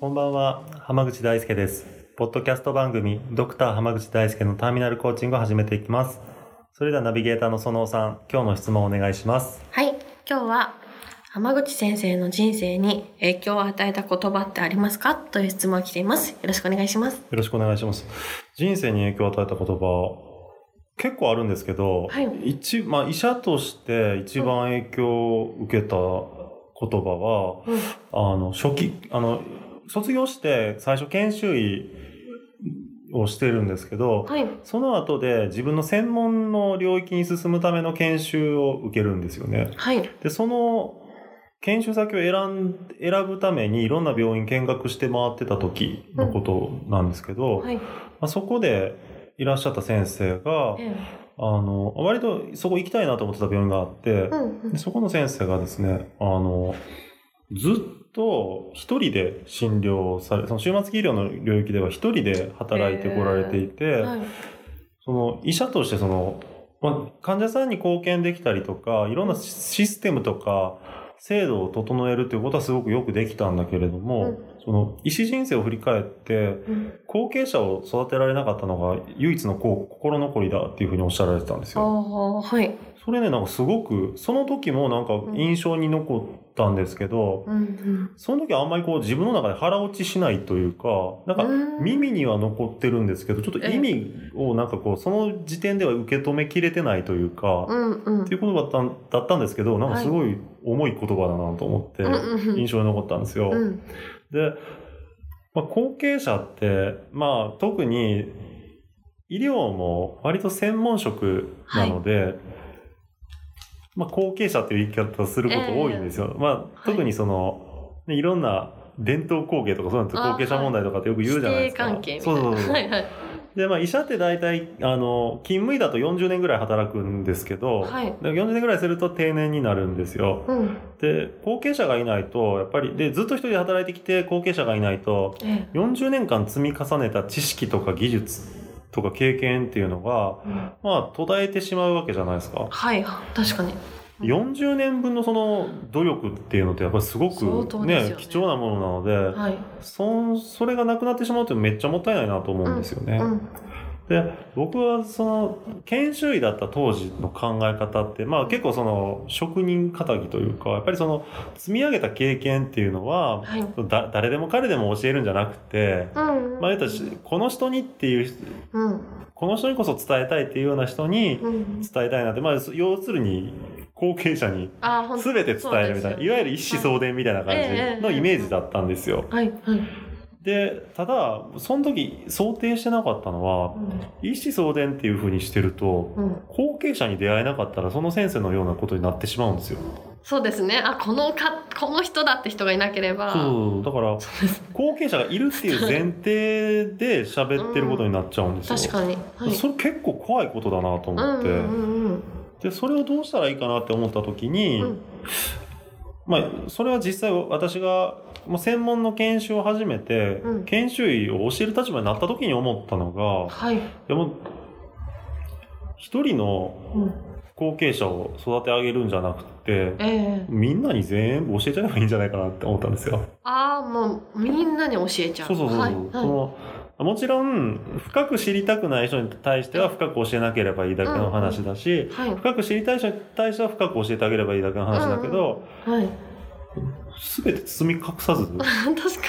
こんばんは、浜口大輔です。ポッドキャスト番組、ドクター浜口大輔のターミナルコーチングを始めていきます。それではナビゲーターの園尾さん、今日の質問をお願いします。はい、今日は浜口先生の人生に影響を与えた言葉ってありますかという質問が来ています。よろしくお願いします。よろしくお願いします。人生に影響を与えた言葉、結構あるんですけど、はい一まあ、医者として一番影響を受けた言葉は、うん、あの、初期、あの、卒業して最初研修医をしてるんですけど、はい、その後で自分の専門の領域に進むための研修を受けるんですよね。はい、で、その研修先を選ん、選ぶためにいろんな病院見学して回ってた時のことなんですけど、はい、まあ、そこでいらっしゃった先生が、えあの、割とそこ行きたいなと思ってた病院があってえう、ん、うんで、そこの先生がですね、あの、ずっと一人で診療され、その終末期医療の領域では一人で働いてこられていて、はい、その医者としてその、まあ、患者さんに貢献できたりとか、いろんなシシステムとか、制度を整えるということはすごくよくできたんだけれども、うんその医師人生を振り返って、うん、後継者を育てられなかったのが唯一のこう心残りだっていうふうにおっしゃられてたんですあよ。あ、はい、それね、なんかすごく、その時もなんか印象に残ったんですけど、うん、うん、その時あんまりこう自分の中で腹落ちしないというか、なんかうん耳には残ってるんですけど、ちょっと意味をなんかこう、その時点では受け止めきれてないというか、うっん、うん、ていうことだったんだったんですけど、なんかすごい重い言葉だなと思ってうん、うん、印象に残ったんですよ。うん、で、まあ、後継者って、まあ特に医療も割と専門職なので、まあ後継者っていう言い方すること多いんですよ。まあ特にその、ねい、ろんな伝統工芸とかそういうのってあー後継者問題とかってよく言うじゃないですか。指定関係みたそいうな。そうそうはい、はい、で、まあ医者って大体、あの、勤務医だと40年ぐらい働くんですけど、はいで40年ぐらいすると定年になるんですよ。うん、で後継者がいないとやっぱりでずっと一人で働いてきて後継者がいないとええ40年間積み重ねた知識とか技術とか経験っていうのがうんまあ途絶えてしまうわけじゃないですかはい、確かに。うん40年分のその努力っていうのってやっぱりすご相く当ですねよね貴重なものなのではい、そんそれがなくなってしまうってめっちゃもったいないなと思うんですよね、うん、で僕はその研修医だった当時の考え方って、まあ、結構その職人かたぎというかやっぱりその積み上げた経験っていうのははい、だ誰でも彼でも教えるんじゃなくて、うん、まあ、言うたらしこの人にっていううん、この人にこそ伝えたいっていうような人にうん、伝えたいなって、まあ、要するに後継者にああ、ほんと全て伝えるみたいそうですよなねいわゆる一子相伝みたいな感ええじのイメージだったんですよ。はい、はい、でただその時想定してなかったのは一子相伝っていうふうにしてるとうん、うん。後継者に出会えなかったらその先生のようなことになってしまうんですよ。そうですね。あ、このか、この人だって人がいなければ。そうだから後継者がいるっていう前提で喋ってることになっちゃうんですよ。確かに。はい。それ結構怖いことだなと思って、うんうんうんでそれをどうしたらいいかなって思った時うに、ん。うんまあ、それは実際私がまあ専門の研修を始めて、うん研修医を教える立場になった時に思ったのがはい。でもう一人のうん後継者を育て上げるんじゃなくてええみんなに全部教えちゃえばいいんじゃないかなって思ったんですよ。ああ、もうみんなに教えちゃう。そうそうそうそう、はい。そのもちろん深く知りたくない人に対しては深く教えなければいいだけの話だし、はい。はい深く知りたい人に対しては深く教えてあげればいいだけの話だけど、はい。全て包み隠さず 確か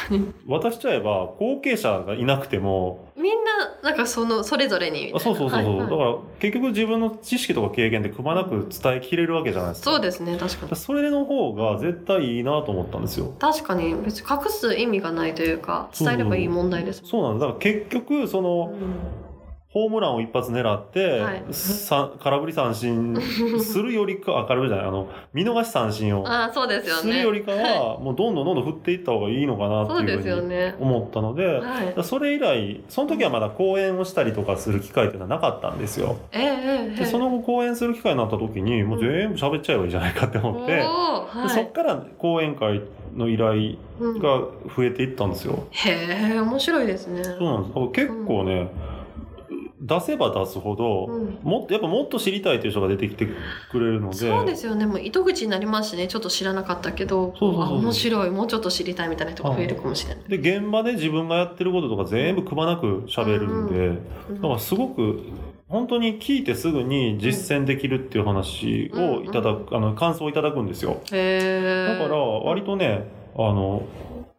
に。渡しちゃえば後継者がいなくてもみんな、なんかその、それぞれにみたいあな。そうそうそうそう、はいだはいから結局自分の知識とか経験でくまなく伝えきれるわけじゃないですかそうですね、確かに。それの方が絶対いいなと思ったんですよ確かに、別に隠す意味がないというか、伝えればいい問題ですもん。そうなんですだから結局そのうんホームランを一発狙って、はいさ空振り三振するよりか、あ空振りじゃない、あの、見逃し三振をああ、そうですよね。するよりかは、もうどんどんどんどん振っていった方がいいのかなそうっていうでふすようにね。思ったので、はい。それ以来、その時はまだ講演をしたりとかする機会っていうのはなかったんですよ。ええええで、その後講演する機会になった時に、もう全部喋っちゃえばいいじゃないかって思って、おーではそっいから講演会の依頼うんが増えていったんですよ。へえ、面白いですね。そうなんです。だから結構ね、出せば出すほど、うんもっとやっぱもっと知りたいという人が出てきてくれるので、そうですよね。もう糸口になりますしね。ちょっと知らなかったけど、そうそうそうあ面白い。もうちょっと知りたいみたいな人が増えるかもしれない。で現場で自分がやってることとか全部くまなく喋るんで、うんだからすごく本当に聞いてすぐに実践できるっていう話をいただく、あの感想をいただくんですよ。へだえ。から割とね、あの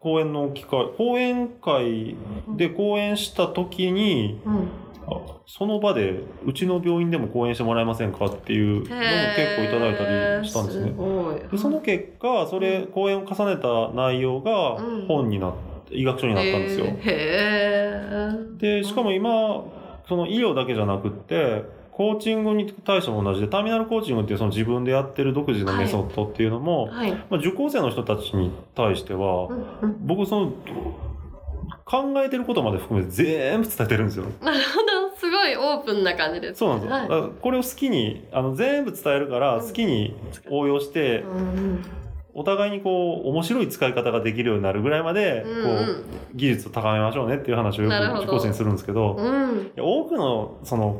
講演の機会講演会で講演した時にうん。あその場でうちの病院でも講演してもらえませんかっていうのも結構いただいたりしたんですへえね。ごいでその結果それ講演を重ねた内容がうん本になって医学書になったんですよ。へえ。でしかも今その医療だけじゃなくってコーチングに対しても同じでターミナルコーチングっていうその自分でやってる独自のメソッドっていうのも、はい。まあ、受講生の人たちに対しては、うんうん 僕その考えてることまで含めて全部伝えてるんですよ。なるほど。すごいオープンな感じです。そうなんですよ、はだいからこれを好きにあの全部伝えるからうん好きに応用して、うんお互いにこう面白い使い方ができるようになるぐらいまで、うこんう技術を高めましょうねっていう話をよなるほどく受講生にするんですけどうんうんいや多くのその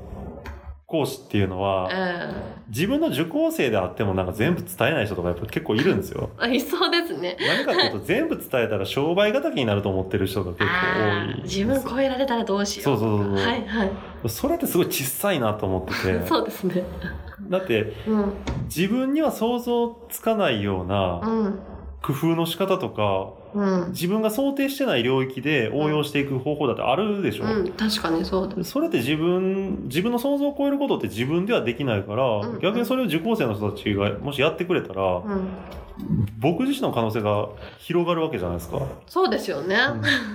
講師っていうのは、え自分の受講生であってもなんか全部伝えない人とかやっぱ結構いるんですよ。ーあいそうですね。何かっていうと全部伝えたら商売敵になると思ってる人が結構 あ多ーい。自分超えられたらどうしよう。そうそうそうそうはいはい。それってすごい小さいなと思っててそうですね。だってうん自分には想像つかないよううなん工夫の仕方とかうん自分が想定してない領域で応用していく方法だってあるでしょ、うん確かにそうです。それって自分自分の想像を超えることって自分ではできないから、ん逆にそれを受講生の人たちがもしやってくれたら、うん僕自身の可能性が広がるわけじゃないですか、そうですよね。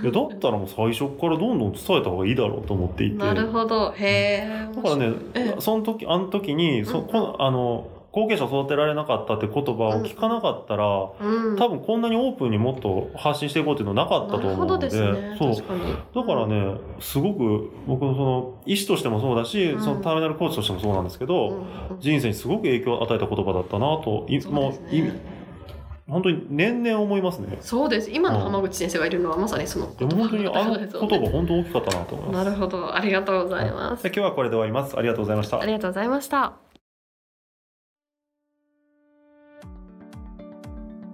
うんいやだったらもう最初からどんどん伝えた方がいいだろうと思っていてなるほど。へえ。だからね、ええその時、あの時に、そうんこのあの、後継者を育てられなかったって言葉を聞かなかったら、うん。多分こんなにオープンにもっと発信していこうっていうのはなかったとなる思ほうどのでで、すね。そう。確かに。だからね、すごく僕のその、医師としてもそうだし、うんそのターミナルコーチとしてもそうなんですけうん。ど、うんうん人生にすごく影響を与えた言葉だったなと、いそうもですういね。本当に年々思いますね。そうです。今の浜口先生がいるのはまさにそので言も本葉当にあの言そうです葉本当大きかったなと思いまなす。るほど。ありがとうございますで。今日はこれで終わります。ありがとうございましたあ。りがとうございました。